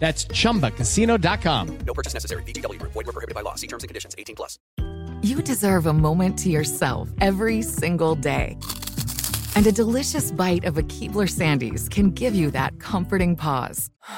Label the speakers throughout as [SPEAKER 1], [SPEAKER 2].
[SPEAKER 1] That's chumbacasino.com.
[SPEAKER 2] No purchase necessary. VGW Group. Void were prohibited by law. See terms and conditions. 18 plus.
[SPEAKER 3] You deserve a moment to yourself every single day. And a delicious bite of a Keebler Sandies can give you that comforting pause.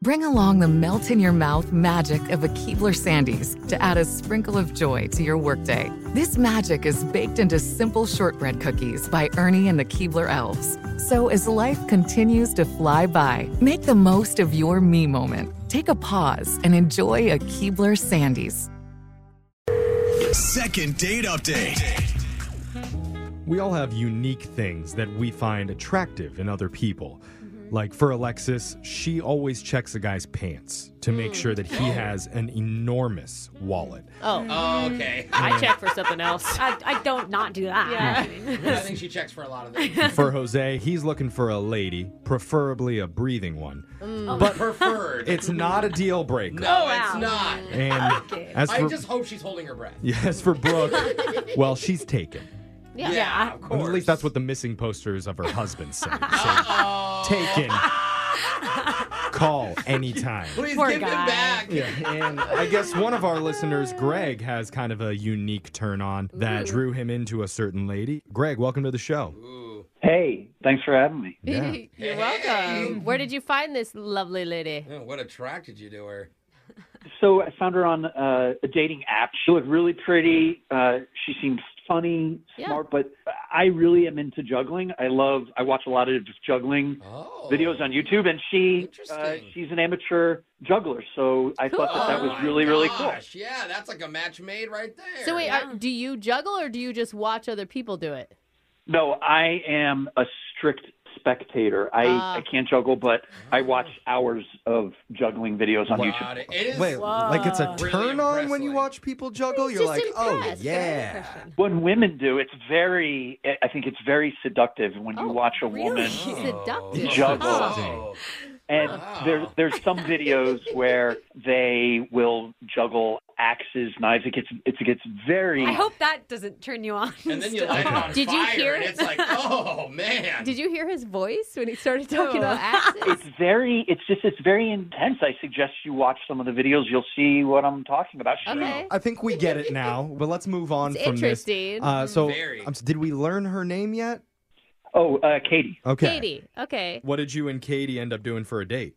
[SPEAKER 3] Bring along the melt in your mouth magic of a Keebler Sandies to add a sprinkle of joy to your workday. This magic is baked into simple shortbread cookies by Ernie and the Keebler Elves. So as life continues to fly by, make the most of your me moment. Take a pause and enjoy a Keebler Sandies.
[SPEAKER 4] Second date update.
[SPEAKER 5] We all have unique things that we find attractive in other people.
[SPEAKER 6] Mm-hmm.
[SPEAKER 5] Like for Alexis, she always checks a guy's pants to
[SPEAKER 6] Mm.
[SPEAKER 5] make sure that
[SPEAKER 6] Oh.
[SPEAKER 5] he has an enormous wallet.
[SPEAKER 7] Oh.
[SPEAKER 6] okay.
[SPEAKER 7] I check for something else.
[SPEAKER 8] I, I don't not do that.
[SPEAKER 6] I think she checks for a lot of things.
[SPEAKER 5] For Jose, he's looking for a lady, preferably a breathing one.
[SPEAKER 8] Mm.
[SPEAKER 6] But preferred.
[SPEAKER 5] It's not a deal breaker.
[SPEAKER 6] no, it's not.
[SPEAKER 5] And as
[SPEAKER 6] I
[SPEAKER 5] for
[SPEAKER 6] just hope she's holding her breath.
[SPEAKER 5] as for Brooke, well, she's taken.
[SPEAKER 6] Yeah, of course.
[SPEAKER 5] At least that's what the missing posters of her husband say. So, taken. Call anytime.
[SPEAKER 6] Oh. Please
[SPEAKER 8] Poor
[SPEAKER 6] give
[SPEAKER 8] guy.
[SPEAKER 6] them back.
[SPEAKER 5] Yeah, and I guess one of our listeners, Greg, has kind of a unique turn on that drew him into a certain lady. Greg, welcome to the show.
[SPEAKER 9] Hey, thanks for having me.
[SPEAKER 5] Yeah.
[SPEAKER 7] You're welcome. Where did you find this lovely lady?
[SPEAKER 6] Yeah, Oh, what attracted you to her?
[SPEAKER 9] So I found her on uh, a dating app. She looked really pretty. Uh, she seemed funny,
[SPEAKER 7] Yeah.
[SPEAKER 9] smart, but I really am into juggling. I love. I watch a lot of juggling
[SPEAKER 6] Oh.
[SPEAKER 9] videos on YouTube, and she uh,
[SPEAKER 6] Interesting.
[SPEAKER 9] she's an amateur juggler. So I thought that that was
[SPEAKER 6] Oh my
[SPEAKER 9] really really cool.
[SPEAKER 6] gosh, Yeah, that's like a match made right there.
[SPEAKER 7] So wait, are, do you juggle or do you just watch other people do it?
[SPEAKER 9] No, I am a strict spectator. I,
[SPEAKER 6] Ah.
[SPEAKER 9] I can't juggle, but I watch hours of juggling videos on YouTube.
[SPEAKER 6] Got Ah. it. It is.
[SPEAKER 5] Wait, like it's a
[SPEAKER 6] Really
[SPEAKER 5] turn on when you
[SPEAKER 6] impressive.
[SPEAKER 5] watch people juggle? You're like, oh, yeah.
[SPEAKER 9] When women do, it's very. I think it's very seductive when you watch a woman. Oh.
[SPEAKER 7] Seductive.
[SPEAKER 9] Juggle.
[SPEAKER 6] Oh.
[SPEAKER 9] And
[SPEAKER 6] Wow.
[SPEAKER 9] there, there's some videos where they will juggle axes, knives. It gets, it gets very.
[SPEAKER 8] I hope that doesn't turn you on.
[SPEAKER 6] And then you light it on
[SPEAKER 7] Did you
[SPEAKER 6] fire,
[SPEAKER 7] hear
[SPEAKER 6] and
[SPEAKER 7] it?
[SPEAKER 6] it's like, oh man.
[SPEAKER 7] Did you hear his voice when he started talking about axes?
[SPEAKER 9] it's very. It's just. It's very intense. I suggest you watch some of the videos. You'll see what I'm talking about. Sure.
[SPEAKER 7] Okay.
[SPEAKER 5] I think we get it now, but let's move on
[SPEAKER 7] It's
[SPEAKER 5] from
[SPEAKER 7] interesting.
[SPEAKER 5] this. Uh, so,
[SPEAKER 6] Very.
[SPEAKER 5] um, did we learn her name yet?
[SPEAKER 9] Mm-hmm. Oh, uh, Katie.
[SPEAKER 5] Okay.
[SPEAKER 7] Katie. Okay.
[SPEAKER 5] What did you and Katie end up doing for a date?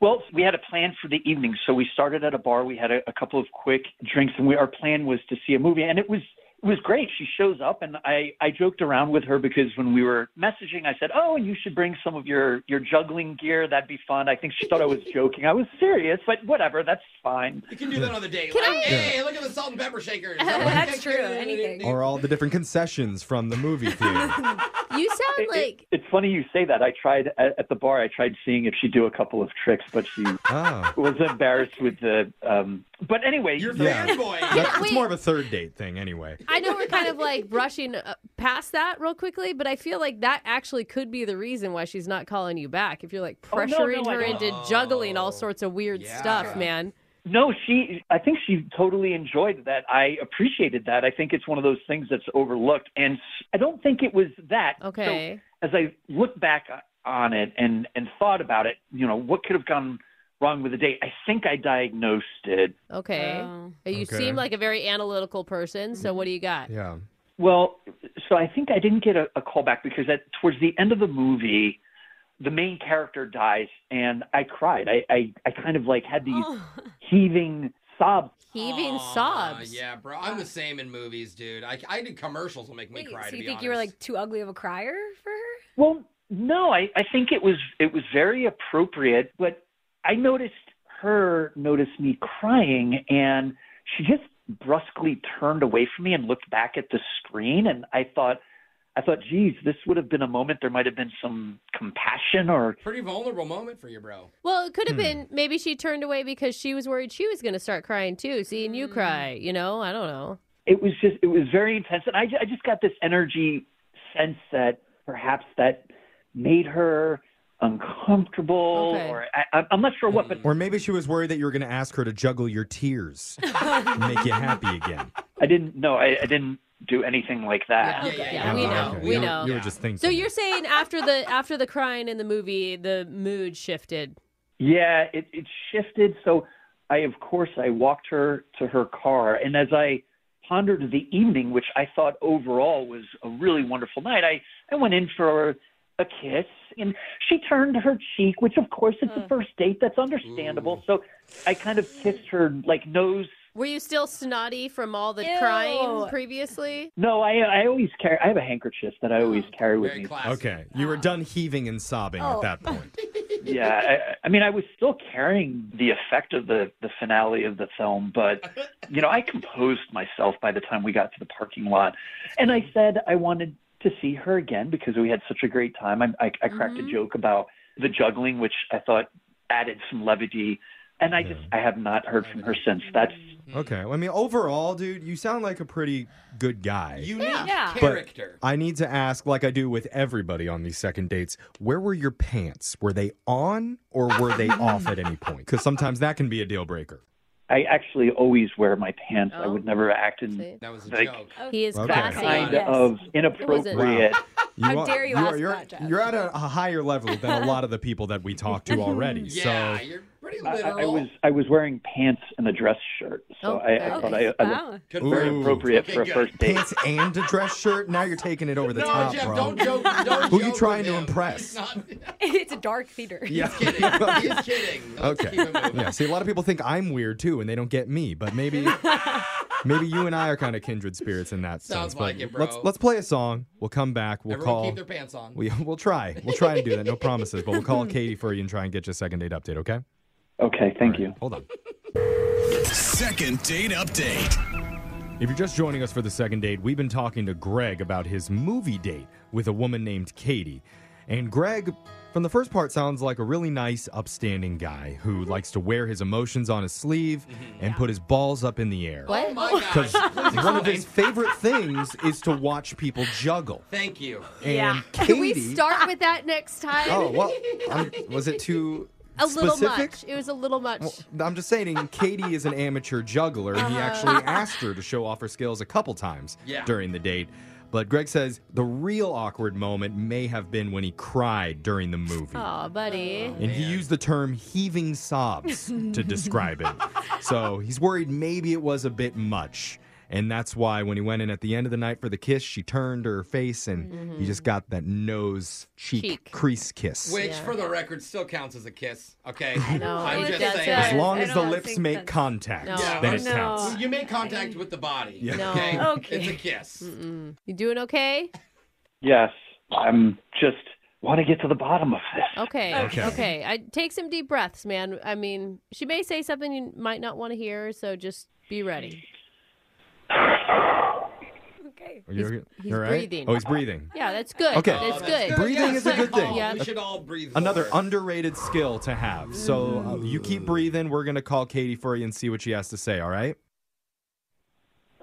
[SPEAKER 9] Well, we had a plan for the evening, so we started at a bar. We had a, a couple of quick drinks, and we, our plan was to see a movie, and it was it was great. She shows up, and I I joked around with her because when we were messaging, I said, "Oh, you should bring some of your your juggling gear. That'd be fun." I think she thought I was joking. I was serious, but whatever, that's fine.
[SPEAKER 6] You can do that on the date.
[SPEAKER 7] Can
[SPEAKER 6] like,
[SPEAKER 7] I-
[SPEAKER 6] hey, look at the salt and pepper shakers.
[SPEAKER 8] That's true, anything.
[SPEAKER 5] Or all the different concessions from the movie theater?
[SPEAKER 7] You sound like
[SPEAKER 9] It's funny you say that. I tried at, at the bar. I tried seeing if she'd do a couple of tricks, but she
[SPEAKER 5] oh.
[SPEAKER 9] was embarrassed with the. Um, but anyway,
[SPEAKER 6] You're
[SPEAKER 5] Yeah.
[SPEAKER 6] fanboy.
[SPEAKER 5] That's, it's
[SPEAKER 7] Wait.
[SPEAKER 5] more of a third date thing, anyway.
[SPEAKER 7] I know we're kind of like brushing uh, past that real quickly, but I feel like that actually could be the reason why she's not calling you back. If you're like
[SPEAKER 9] Oh, no, no,
[SPEAKER 7] pressuring
[SPEAKER 9] I
[SPEAKER 7] her
[SPEAKER 9] don't.
[SPEAKER 7] into juggling all sorts of weird
[SPEAKER 6] Oh. Yeah.
[SPEAKER 7] stuff, man.
[SPEAKER 9] No, she. I think she totally enjoyed that. I appreciated that. I think it's one of those things that's overlooked, and I don't think it was that.
[SPEAKER 7] Okay.
[SPEAKER 9] So as I look back on it and and thought about it, you know, what could have gone wrong with the date? I think I diagnosed it.
[SPEAKER 7] Okay. you
[SPEAKER 5] Okay.
[SPEAKER 7] seem like a very analytical person. So what do you got?
[SPEAKER 5] Yeah.
[SPEAKER 9] Well, so I think I didn't get a, a call back because at towards the end of the movie, the main character dies, and I cried. I I, I kind of like had these heaving sobs.
[SPEAKER 7] Heaving
[SPEAKER 6] Aw,
[SPEAKER 7] sobs.
[SPEAKER 6] Yeah, bro. I'm the same in movies, dude. I, I did commercials will make me
[SPEAKER 8] Wait,
[SPEAKER 6] cry.
[SPEAKER 8] so
[SPEAKER 6] to
[SPEAKER 8] you
[SPEAKER 6] be
[SPEAKER 8] think you were
[SPEAKER 6] honest.
[SPEAKER 8] like too ugly of a crier for her?
[SPEAKER 9] Well, no, I, I think it was it was very appropriate, but I noticed her notice me crying and she just brusquely turned away from me and looked back at the screen and I thought I thought, geez, this would have been a moment there might have been some compassion or
[SPEAKER 6] pretty vulnerable moment for you, bro.
[SPEAKER 7] Well, it could have been maybe she turned away because she was worried she was going to start crying too, seeing
[SPEAKER 8] Hmm.
[SPEAKER 7] you cry. You know, I don't know.
[SPEAKER 9] it was just it was very intense and I, ju- I just got this energy sense that perhaps that made her uncomfortable
[SPEAKER 7] Okay.
[SPEAKER 9] or I, I'm- I'm not sure what, but
[SPEAKER 5] Or maybe she was worried that you were going to ask her to juggle your tears, and make you happy again.
[SPEAKER 9] I didn't know I, I didn't do anything like that.
[SPEAKER 7] Yeah, yeah,
[SPEAKER 6] yeah.
[SPEAKER 7] we
[SPEAKER 5] Oh,
[SPEAKER 7] know.
[SPEAKER 5] okay.
[SPEAKER 7] We
[SPEAKER 5] You were-
[SPEAKER 7] know.
[SPEAKER 5] You were just thinking.
[SPEAKER 7] So you're saying after the after the crying in the movie, the mood shifted.
[SPEAKER 9] Yeah, it, it shifted. So I, of course, I walked her to her car, and as I pondered the evening, which I thought overall was a really wonderful night, I I went in for a kiss, and she turned her cheek, which of course it's
[SPEAKER 7] Mm.
[SPEAKER 9] a first date, that's understandable. So I kind of kissed her like nose.
[SPEAKER 7] Were you still snotty from all the
[SPEAKER 8] Ew.
[SPEAKER 7] crying previously?
[SPEAKER 9] No, I I always carry. I have a handkerchief that I always
[SPEAKER 7] Mm.
[SPEAKER 9] carry with
[SPEAKER 6] Very
[SPEAKER 9] me.
[SPEAKER 6] classic.
[SPEAKER 5] Okay, you were done heaving and sobbing at that point.
[SPEAKER 9] yeah, I, I mean, I was still carrying the effect of the the finale of the film, but you know, I composed myself by the time we got to the parking lot, and I said I wanted to see her again because we had such a great time. I, I, I cracked
[SPEAKER 7] Mm-hmm.
[SPEAKER 9] a joke about the juggling, which I thought added some levity, and I just I have not heard from her since. That's
[SPEAKER 5] Okay, well, I mean, overall, dude, you sound like a pretty good guy.
[SPEAKER 6] Unique
[SPEAKER 8] Yeah.
[SPEAKER 6] character.
[SPEAKER 5] I need to ask, like I do with everybody on these second dates, where were your pants? Were they on or were they off at any point? Because sometimes that can be a deal breaker.
[SPEAKER 9] I actually always wear my pants. I
[SPEAKER 7] Oh.
[SPEAKER 9] would never act in
[SPEAKER 7] See?
[SPEAKER 6] that was a
[SPEAKER 9] Like-
[SPEAKER 6] joke.
[SPEAKER 7] He is
[SPEAKER 5] Okay.
[SPEAKER 9] that
[SPEAKER 7] classy.
[SPEAKER 9] kind
[SPEAKER 8] Yes.
[SPEAKER 9] of
[SPEAKER 7] wasn't-
[SPEAKER 9] inappropriate.
[SPEAKER 5] You
[SPEAKER 8] How dare you
[SPEAKER 5] are-
[SPEAKER 8] ask
[SPEAKER 5] you're,
[SPEAKER 8] that, Jeff?
[SPEAKER 5] You're at a, a higher level than a lot of the people that we talk to already.
[SPEAKER 6] Yeah,
[SPEAKER 5] So
[SPEAKER 6] you're pretty
[SPEAKER 9] I,
[SPEAKER 6] literal.
[SPEAKER 9] I I was I was wearing pants and a dress shirt, so I, I
[SPEAKER 7] Oh, Okay.
[SPEAKER 9] thought I, I looked
[SPEAKER 8] wow.
[SPEAKER 6] Good
[SPEAKER 5] Very
[SPEAKER 6] for you.
[SPEAKER 9] appropriate
[SPEAKER 6] Oh. Okay,
[SPEAKER 9] for a
[SPEAKER 6] good.
[SPEAKER 9] first date.
[SPEAKER 5] pants and a dress shirt. Now you're taking it over the
[SPEAKER 6] No,
[SPEAKER 5] top,
[SPEAKER 6] Jeff,
[SPEAKER 5] bro.
[SPEAKER 6] don't joke. Don't
[SPEAKER 5] Who you
[SPEAKER 6] joke with
[SPEAKER 5] trying to
[SPEAKER 6] him.
[SPEAKER 5] impress?
[SPEAKER 6] He's not he's
[SPEAKER 8] it's a dark theater.
[SPEAKER 5] yeah.
[SPEAKER 6] kidding. He's kidding. Let's
[SPEAKER 5] Okay.
[SPEAKER 6] keep it moving.
[SPEAKER 5] Yeah. See, a lot of people think I'm weird too, and they don't get me. But maybe, maybe you and I are kind of kindred spirits in that
[SPEAKER 6] Sounds
[SPEAKER 5] sense.
[SPEAKER 6] like
[SPEAKER 5] but
[SPEAKER 6] it, bro.
[SPEAKER 5] Let's let's play a song. We'll come back. We'll
[SPEAKER 6] Everyone
[SPEAKER 5] call.
[SPEAKER 6] keep their pants on.
[SPEAKER 5] We, we'll try. We'll try and do that. No promises, but we'll call Katie for you and try and get you a second date update, okay?
[SPEAKER 9] Okay, thank you.
[SPEAKER 5] Hold on.
[SPEAKER 4] Second date update.
[SPEAKER 5] If you're just joining us for the second date, we've been talking to Greg about his movie date with a woman named Katie. And Greg, from the first part, sounds like a really nice, upstanding guy
[SPEAKER 6] Mm-hmm.
[SPEAKER 5] who likes to wear his emotions on his sleeve and put his balls up in the air.
[SPEAKER 6] Oh my
[SPEAKER 5] Because
[SPEAKER 6] gosh. Please
[SPEAKER 5] one of
[SPEAKER 6] explain.
[SPEAKER 5] his favorite things is to watch people juggle.
[SPEAKER 6] Thank you.
[SPEAKER 5] And
[SPEAKER 8] Yeah.
[SPEAKER 5] Katie.
[SPEAKER 7] Can we start with that next time?
[SPEAKER 5] Oh, well, I'm, was it too
[SPEAKER 7] a little
[SPEAKER 5] specific?
[SPEAKER 7] much. It was a little much.
[SPEAKER 5] I'm just saying, Katie is an amateur juggler,
[SPEAKER 7] Uh-huh.
[SPEAKER 5] and he actually asked her to show off her skills a couple times
[SPEAKER 6] Yeah.
[SPEAKER 5] during the date. But Greg says the real awkward moment may have been when he cried during the movie.
[SPEAKER 7] Aw, buddy.
[SPEAKER 5] and he used the term heaving sobs to describe it. So he's worried maybe it was a bit much. And that's why when he went in at the end of the night for the kiss, she turned her face and he just got that nose cheek,
[SPEAKER 7] Mm-hmm. Cheek.
[SPEAKER 5] crease kiss.
[SPEAKER 6] Which,
[SPEAKER 7] Yeah.
[SPEAKER 6] for the record, still counts as a kiss. Okay. I
[SPEAKER 7] know,
[SPEAKER 6] I'm
[SPEAKER 7] it
[SPEAKER 6] just
[SPEAKER 7] does.
[SPEAKER 6] saying.
[SPEAKER 7] As
[SPEAKER 5] as
[SPEAKER 7] I-
[SPEAKER 5] long
[SPEAKER 7] I
[SPEAKER 5] as the
[SPEAKER 8] don't
[SPEAKER 5] lips
[SPEAKER 8] think
[SPEAKER 5] make
[SPEAKER 8] that's-
[SPEAKER 5] contact,
[SPEAKER 7] No.
[SPEAKER 6] Yeah.
[SPEAKER 5] then it
[SPEAKER 8] No.
[SPEAKER 5] counts.
[SPEAKER 6] You make contact with the body.
[SPEAKER 5] Yeah.
[SPEAKER 7] No.
[SPEAKER 6] Okay.
[SPEAKER 8] Okay.
[SPEAKER 6] It's a kiss.
[SPEAKER 7] You doing okay?
[SPEAKER 9] Yes, I'm just want to get to the bottom of this.
[SPEAKER 7] Okay.
[SPEAKER 5] Okay.
[SPEAKER 7] Okay. I take some deep breaths, man. I mean, she may say something you might not want to hear, so just be ready.
[SPEAKER 8] Okay.
[SPEAKER 5] You're,
[SPEAKER 7] he's
[SPEAKER 5] you're right?
[SPEAKER 7] breathing.
[SPEAKER 5] Oh, he's breathing.
[SPEAKER 7] Yeah, that's good.
[SPEAKER 5] Okay.
[SPEAKER 7] That's
[SPEAKER 6] Oh,
[SPEAKER 7] good.
[SPEAKER 5] Breathing
[SPEAKER 6] Yes,
[SPEAKER 5] is a
[SPEAKER 6] good
[SPEAKER 5] good
[SPEAKER 6] call.
[SPEAKER 5] thing.
[SPEAKER 7] Yeah.
[SPEAKER 6] We should all breathe.
[SPEAKER 5] Another
[SPEAKER 6] more.
[SPEAKER 5] underrated skill to have. So uh,
[SPEAKER 7] Mm.
[SPEAKER 5] you keep breathing. We're going to call Katie for you and see what she has to say, all right?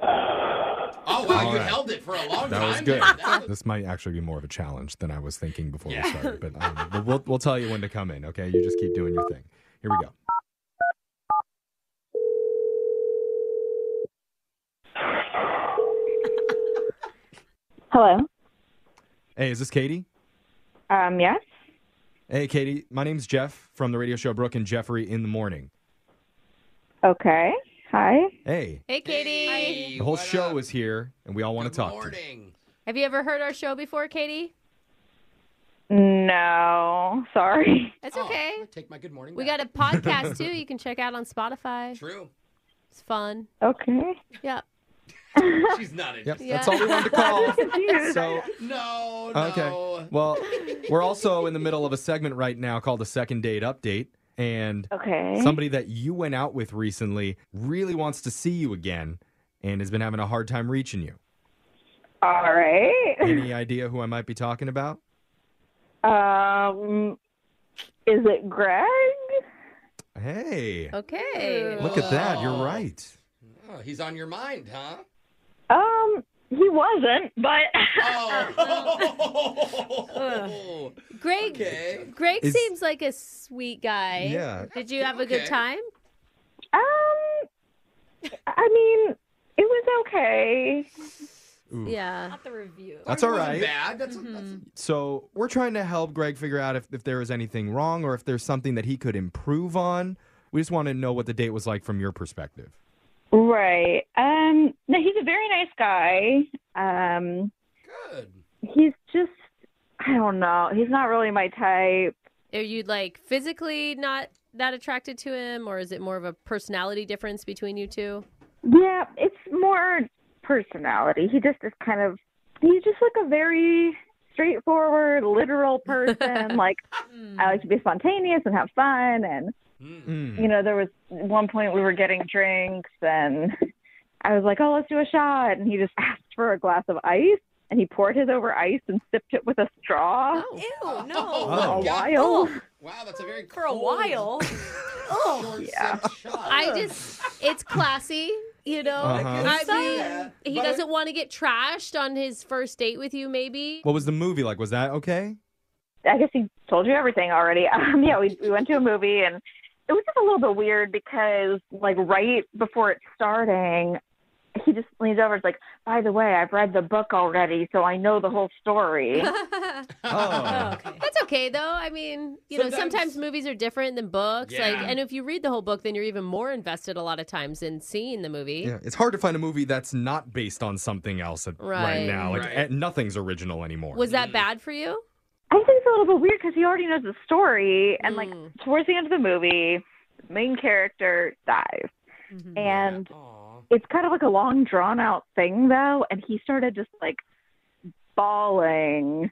[SPEAKER 6] Oh wow,
[SPEAKER 5] All
[SPEAKER 6] you
[SPEAKER 5] right.
[SPEAKER 6] held it for a long
[SPEAKER 5] That
[SPEAKER 6] time.
[SPEAKER 5] was good.
[SPEAKER 6] there. That was-
[SPEAKER 5] this might actually be more of a challenge than I was thinking before
[SPEAKER 6] Yeah.
[SPEAKER 5] we started, but um, we'll- we'll, we'll tell you when to come in, okay? You just keep doing your thing. Here we go.
[SPEAKER 10] Hello.
[SPEAKER 5] Hey, is this Katie?
[SPEAKER 10] Um, yes.
[SPEAKER 5] Hey, Katie, my name's Jeff from the radio show Brooke and Jeffrey in the Morning.
[SPEAKER 10] Okay. Hi.
[SPEAKER 5] Hey,
[SPEAKER 7] Hey, Katie.
[SPEAKER 5] the whole show is here, and we all want to talk to you.
[SPEAKER 7] Have you ever heard our show before, Katie?
[SPEAKER 10] No, sorry.
[SPEAKER 7] That's okay.
[SPEAKER 6] Oh, take my good morning.
[SPEAKER 7] We got a podcast too. You can check out on Spotify.
[SPEAKER 6] True.
[SPEAKER 7] It's fun.
[SPEAKER 10] Okay.
[SPEAKER 7] Yep.
[SPEAKER 6] She's not interested.
[SPEAKER 5] Yep,
[SPEAKER 7] Yeah.
[SPEAKER 5] that's all we wanted to call. so,
[SPEAKER 6] No, no.
[SPEAKER 5] okay. Well, we're also in the middle of a segment right now called the Second Date Update. And
[SPEAKER 10] Okay.
[SPEAKER 5] somebody that you went out with recently really wants to see you again and has been having a hard time reaching you.
[SPEAKER 10] All right.
[SPEAKER 5] Any idea who I might be talking about?
[SPEAKER 10] Um, is it Greg?
[SPEAKER 5] Hey.
[SPEAKER 7] Okay.
[SPEAKER 5] Look at that. You're right.
[SPEAKER 6] Oh, he's on your mind, huh?
[SPEAKER 10] Um, he wasn't, but
[SPEAKER 6] Oh.
[SPEAKER 7] Greg.
[SPEAKER 6] okay.
[SPEAKER 7] Greg
[SPEAKER 5] Is-
[SPEAKER 7] seems like a sweet guy.
[SPEAKER 5] Yeah.
[SPEAKER 7] Did you have a good
[SPEAKER 6] Okay.
[SPEAKER 7] time?
[SPEAKER 10] um, I mean, it was okay.
[SPEAKER 5] Ooh.
[SPEAKER 7] Yeah.
[SPEAKER 8] Not the review.
[SPEAKER 5] That's all right.
[SPEAKER 6] Bad. That's, that's
[SPEAKER 5] So we're trying to help Greg figure out if, if there was anything wrong or if there's something that he could improve on. We just want to know what the date was like from your perspective.
[SPEAKER 10] Right. Um, no, he's a very nice guy. Um,
[SPEAKER 6] good.
[SPEAKER 10] he's just, I don't know. He's not really my type.
[SPEAKER 7] Are you like physically not that attracted to him, or is it more of a personality difference between you two?
[SPEAKER 10] Yeah, it's more personality. He just is kind of he's just like a very straightforward, literal person. like I like to be spontaneous and have fun and you know, there was one point we were getting drinks and I was like, "Oh, let's do a shot." And he just asked for a glass of ice and he poured his over ice and sipped it with a straw
[SPEAKER 7] Oh.
[SPEAKER 8] Ew,
[SPEAKER 6] Oh,
[SPEAKER 8] no.
[SPEAKER 6] my
[SPEAKER 5] Oh.
[SPEAKER 10] for a
[SPEAKER 6] God.
[SPEAKER 10] while.
[SPEAKER 6] Wow, that's a very
[SPEAKER 8] For a
[SPEAKER 6] cold,
[SPEAKER 8] while.
[SPEAKER 6] Short
[SPEAKER 10] Yeah.
[SPEAKER 6] sipped shot.
[SPEAKER 7] I just, it's classy, you know?
[SPEAKER 5] Uh-huh.
[SPEAKER 7] I mean,
[SPEAKER 6] Yeah,
[SPEAKER 7] he
[SPEAKER 6] but-
[SPEAKER 7] doesn't want to get trashed on his first date with you, maybe.
[SPEAKER 5] What was the movie like? Was that okay?
[SPEAKER 10] I guess he told you everything already. Um, yeah, we we went to a movie and it was just a little bit weird because like right before it's starting, he just leans over. It's like, by the way, I've read the book already, so I know the whole story.
[SPEAKER 5] Oh.
[SPEAKER 7] That's okay, though. I mean, you know, sometimes
[SPEAKER 6] Sometimes-
[SPEAKER 7] movies are different than books. Like,
[SPEAKER 6] Yeah.
[SPEAKER 7] and if you read the whole book, then you're even more invested a lot of times in seeing the movie.
[SPEAKER 5] Yeah, it's hard to find a movie that's not based on something else at, right.
[SPEAKER 7] Right.
[SPEAKER 5] now. Like
[SPEAKER 6] Right.
[SPEAKER 5] eh, nothing's original anymore.
[SPEAKER 7] Was that bad for you?
[SPEAKER 10] I think it's a little bit weird because he already knows the story, and like
[SPEAKER 7] Mm.
[SPEAKER 10] towards the end of the movie, the main character dies, and
[SPEAKER 6] Aw.
[SPEAKER 10] it's kind of like a long drawn out thing though, and he started just like bawling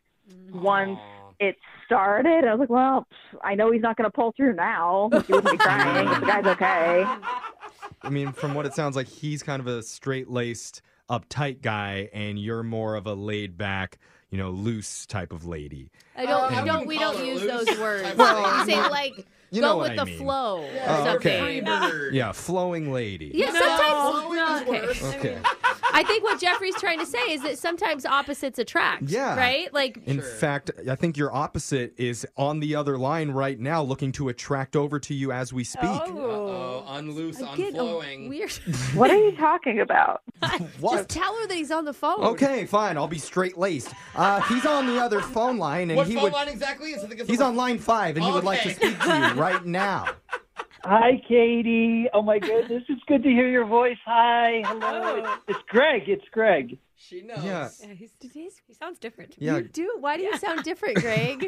[SPEAKER 10] once
[SPEAKER 6] Aw.
[SPEAKER 10] it started. I was like, well, pff, I know he's not going to pull through now. He wouldn't be crying. if the guy's okay.
[SPEAKER 5] I mean, from what it sounds like, he's kind of a straight laced, uptight guy, and you're more of a laid back, you know, loose type of lady.
[SPEAKER 7] I don't.
[SPEAKER 6] Uh,
[SPEAKER 7] I
[SPEAKER 6] I
[SPEAKER 7] don't. We
[SPEAKER 6] wouldn't
[SPEAKER 7] don't
[SPEAKER 6] call it
[SPEAKER 7] use
[SPEAKER 6] loose.
[SPEAKER 7] those words.
[SPEAKER 6] Well,
[SPEAKER 7] you say like
[SPEAKER 5] you know
[SPEAKER 7] go
[SPEAKER 5] what
[SPEAKER 7] with
[SPEAKER 5] I
[SPEAKER 7] the
[SPEAKER 5] mean.
[SPEAKER 7] flow.
[SPEAKER 6] Yeah,
[SPEAKER 7] or
[SPEAKER 5] Oh,
[SPEAKER 6] it's a
[SPEAKER 7] something.
[SPEAKER 6] free
[SPEAKER 5] okay.
[SPEAKER 6] bird.
[SPEAKER 5] Yeah, flowing lady.
[SPEAKER 7] Yeah,
[SPEAKER 6] No,
[SPEAKER 7] sometimes.
[SPEAKER 6] no,
[SPEAKER 7] okay.
[SPEAKER 6] it's worse.
[SPEAKER 5] Okay.
[SPEAKER 7] I think what Jeffrey's trying to say is that sometimes opposites attract.
[SPEAKER 5] Yeah.
[SPEAKER 7] Right? Like,
[SPEAKER 5] In fact, I think your opposite is on the other line right now, looking to attract over to you as we speak.
[SPEAKER 6] Uh-oh, unloose,
[SPEAKER 7] get Oh. a
[SPEAKER 6] unflowing.
[SPEAKER 7] weird.
[SPEAKER 10] What are you talking about?
[SPEAKER 7] Just tell her that he's on the phone.
[SPEAKER 8] Oh.
[SPEAKER 5] Okay, fine. I'll be straight laced. Uh, he's on the other phone line, and
[SPEAKER 6] What
[SPEAKER 5] he
[SPEAKER 6] phone
[SPEAKER 5] would.
[SPEAKER 6] line exactly is? I think it's
[SPEAKER 5] He's
[SPEAKER 6] the-
[SPEAKER 5] on line five, and he would like to
[SPEAKER 6] Okay.
[SPEAKER 5] speak to you right now.
[SPEAKER 9] Hi, Katie. Oh my goodness, it's good to hear your voice. Hi,
[SPEAKER 7] Oh.
[SPEAKER 9] hello. It's, it's Greg. It's Greg.
[SPEAKER 6] She knows.
[SPEAKER 5] Yeah.
[SPEAKER 8] Yeah, he's, he sounds different. to me.
[SPEAKER 5] Yeah.
[SPEAKER 7] You do. Why do you sound different, Greg?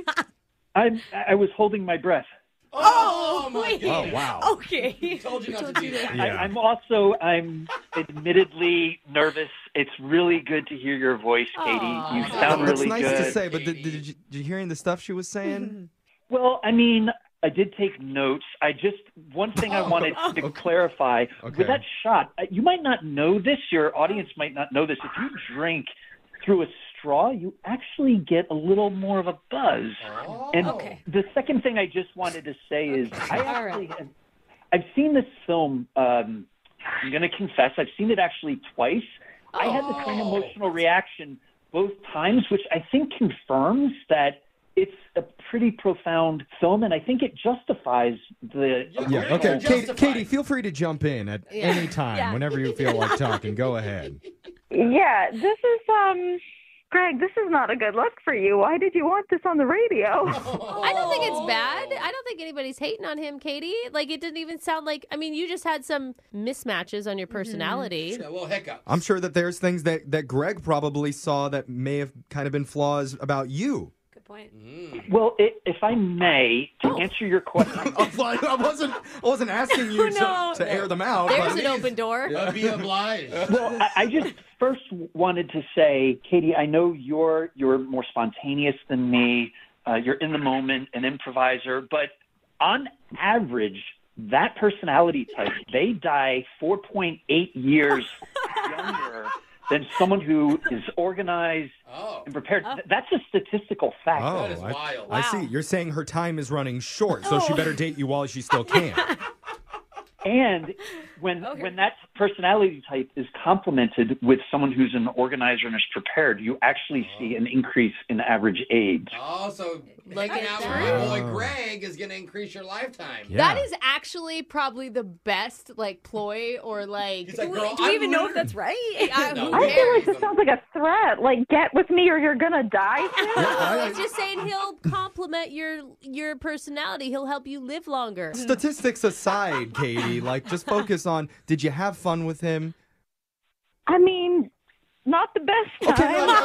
[SPEAKER 9] I'm. I was holding my breath.
[SPEAKER 6] Oh, my
[SPEAKER 5] Oh
[SPEAKER 6] God.
[SPEAKER 5] wow.
[SPEAKER 8] Okay.
[SPEAKER 6] Told you not to do that.
[SPEAKER 9] I, I'm also. I'm admittedly nervous. It's really good to hear your voice, Katie.
[SPEAKER 7] Aw.
[SPEAKER 9] you
[SPEAKER 5] That's
[SPEAKER 9] sound really
[SPEAKER 5] nice
[SPEAKER 9] good.
[SPEAKER 5] to say, but did, did, you, did you hearing the stuff she was saying?
[SPEAKER 9] Well, I mean, I did take notes. I just one thing I wanted to clarify
[SPEAKER 5] Oh, Okay.
[SPEAKER 9] with that shot. uh, You might not know this. Your audience might not know this. If you drink through a straw, you actually get a little more of a buzz. and
[SPEAKER 8] Oh. Okay.
[SPEAKER 9] the second thing I just wanted to say is, I
[SPEAKER 8] All
[SPEAKER 9] actually have, I've seen this film. Um, I'm going to confess, I've seen it actually twice. I had the same emotional reaction both times, which I think confirms that it's a pretty profound film, and I think it justifies the.
[SPEAKER 6] Yeah,
[SPEAKER 9] emotional-
[SPEAKER 5] Okay, Katie,
[SPEAKER 6] Justified.
[SPEAKER 5] Katie, feel free to jump in at any time, whenever you feel like talking. Go ahead.
[SPEAKER 10] Yeah, this is um Greg, this is not a good look for you. Why did you want this on the radio?
[SPEAKER 7] I don't think it's bad.
[SPEAKER 6] Oh.
[SPEAKER 7] I don't think anybody's hating on him, Katie. Like it didn't even sound like. I mean, you just had some mismatches on your personality.
[SPEAKER 6] Yeah, well, hiccup.
[SPEAKER 11] I'm sure that there's things that, that Greg probably saw that may have kind of been flaws about you.
[SPEAKER 8] Good point.
[SPEAKER 6] Mm.
[SPEAKER 8] Oh.
[SPEAKER 9] Well, i if I may, to answer your question,
[SPEAKER 11] I wasn't I wasn't asking you
[SPEAKER 9] No.
[SPEAKER 11] to, to air them out.
[SPEAKER 7] There's
[SPEAKER 11] but-
[SPEAKER 7] an open door.
[SPEAKER 11] Yeah. Be
[SPEAKER 6] obliged.
[SPEAKER 9] well, I, I just first wanted to say, Katie, I know you're you're more spontaneous than me. Uh, you're in the moment, an improviser, but on average, that personality type they die 4.8 years younger than someone who is organized
[SPEAKER 6] and
[SPEAKER 9] prepared. Th- That's a statistical fact.
[SPEAKER 11] Oh, I, I see. You're saying her time is running short, so she
[SPEAKER 9] Oh.
[SPEAKER 11] better date you while she still
[SPEAKER 10] Oh
[SPEAKER 11] can.
[SPEAKER 9] And when when that personality type is complemented with someone who's an organizer and is prepared, you actually see an increase in average age.
[SPEAKER 6] Also, like hanging out with
[SPEAKER 9] that.
[SPEAKER 6] my boy
[SPEAKER 9] Oh.
[SPEAKER 6] Greg is going to increase your lifetime.
[SPEAKER 7] That is actually probably the best like ploy or like.
[SPEAKER 6] like,
[SPEAKER 7] do
[SPEAKER 6] "Girl,
[SPEAKER 7] we, do we
[SPEAKER 6] I'm
[SPEAKER 7] even know if
[SPEAKER 6] literally-
[SPEAKER 7] that's right? I, who
[SPEAKER 10] I feel
[SPEAKER 7] cares?
[SPEAKER 10] like this sounds like a threat. Like, get with me or you're gonna die.
[SPEAKER 7] It's just saying he'll complement your your personality. He'll help you live longer.
[SPEAKER 11] Statistics aside, Katie, like just focus on did you have fun with him?
[SPEAKER 10] I mean, not the best time.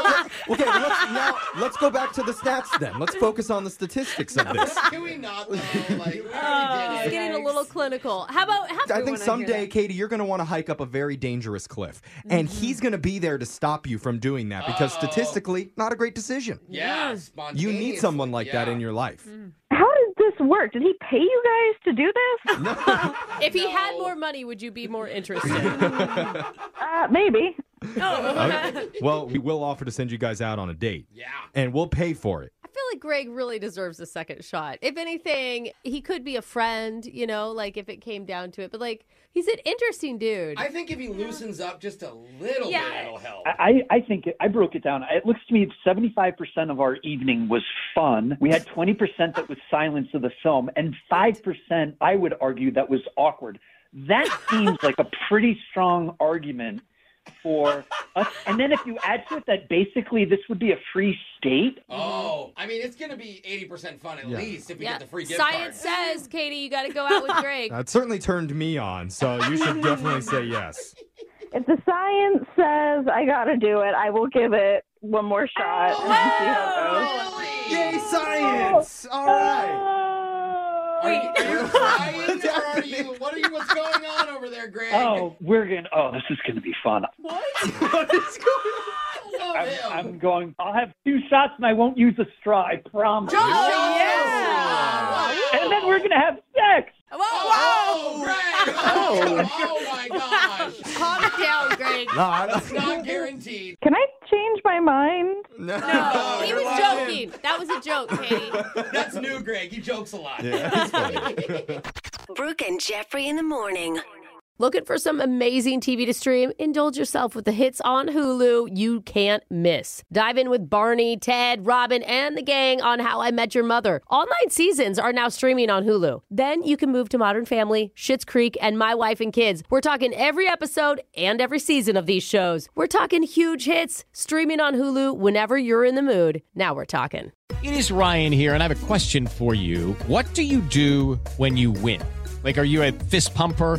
[SPEAKER 11] Okay, well, let's, now let's go back to the stats then. Let's focus on the statistics of this.
[SPEAKER 6] Can we not, though? Like, we
[SPEAKER 7] Oh,
[SPEAKER 6] already
[SPEAKER 7] it's
[SPEAKER 6] did it.
[SPEAKER 7] getting a little clinical. How about? How
[SPEAKER 11] I think someday, Katie, you're going to want to hike up a very dangerous cliff, and
[SPEAKER 10] Mm-hmm.
[SPEAKER 11] he's going to be there to stop you from doing that because statistically, not a great decision.
[SPEAKER 6] Yeah,
[SPEAKER 11] You need someone like that in your life.
[SPEAKER 10] How does this work? Did he pay you guys to do this?
[SPEAKER 7] If he had more money, would you be more interested?
[SPEAKER 10] Uh, maybe.
[SPEAKER 11] Okay.
[SPEAKER 5] well, we will offer to send you guys out on a date. Yeah. And we'll pay for it.
[SPEAKER 7] I feel like Greg really deserves a second shot. If anything, he could be a friend, you know, like if it came down to it. But like, he's an interesting dude.
[SPEAKER 6] I think if he loosens up just a little bit, it'll help.
[SPEAKER 9] I, I I think it, I broke it down. It looks to me 75% of our evening was fun. We had 20% that was silence of the film, and 5% I would argue that was awkward. That seems like a pretty strong argument for us. And then if you add to it that basically this would be a free state,
[SPEAKER 6] Oh, I mean, it's going to be 80% fun at least if
[SPEAKER 7] Mm-hmm.
[SPEAKER 6] we
[SPEAKER 7] Yeah.
[SPEAKER 6] get the free gift
[SPEAKER 7] Science says, Katie, you got to go out with Greg.
[SPEAKER 5] That certainly turned me on, so you should definitely say yes.
[SPEAKER 10] If the science says I gotta do it, I will give it one more shot.
[SPEAKER 11] Yay, science! All right.
[SPEAKER 6] Wait, are you crying or are you? What are you? What's going on over there, Greg?
[SPEAKER 9] oh, we're going to, oh, this is going to be fun.
[SPEAKER 6] what is going on?
[SPEAKER 9] I'm, I'm going, I'll have two shots and I won't use a straw, I promise. And then we're going to have sex.
[SPEAKER 7] Whoa,
[SPEAKER 6] whoa, Greg!
[SPEAKER 9] Oh.
[SPEAKER 6] Oh my gosh!
[SPEAKER 7] Calm down, Greg.
[SPEAKER 11] No, I don't-
[SPEAKER 6] That's not guaranteed.
[SPEAKER 10] Can I change my mind?
[SPEAKER 11] No,
[SPEAKER 7] he
[SPEAKER 6] you're
[SPEAKER 7] was
[SPEAKER 6] lying.
[SPEAKER 7] joking. That was a joke, Katie.
[SPEAKER 6] That's new, Greg. He jokes a lot.
[SPEAKER 12] Brooke and Jeffrey in the morning.
[SPEAKER 7] Looking for some amazing TV to stream? Indulge yourself with the hits on Hulu you can't miss. Dive in with Barney, Ted, Robin, and the gang on How I Met Your Mother. All nine seasons are now streaming on Hulu. Then you can move to Modern Family, Schitt's Creek, and My Wife and Kids. We're talking every episode and every season of these shows. We're talking huge hits, streaming on Hulu whenever you're in the mood. Now we're talking.
[SPEAKER 1] It is Ryan here, and I have a question for you. What do you do when you win? Like, are you a fist pumper?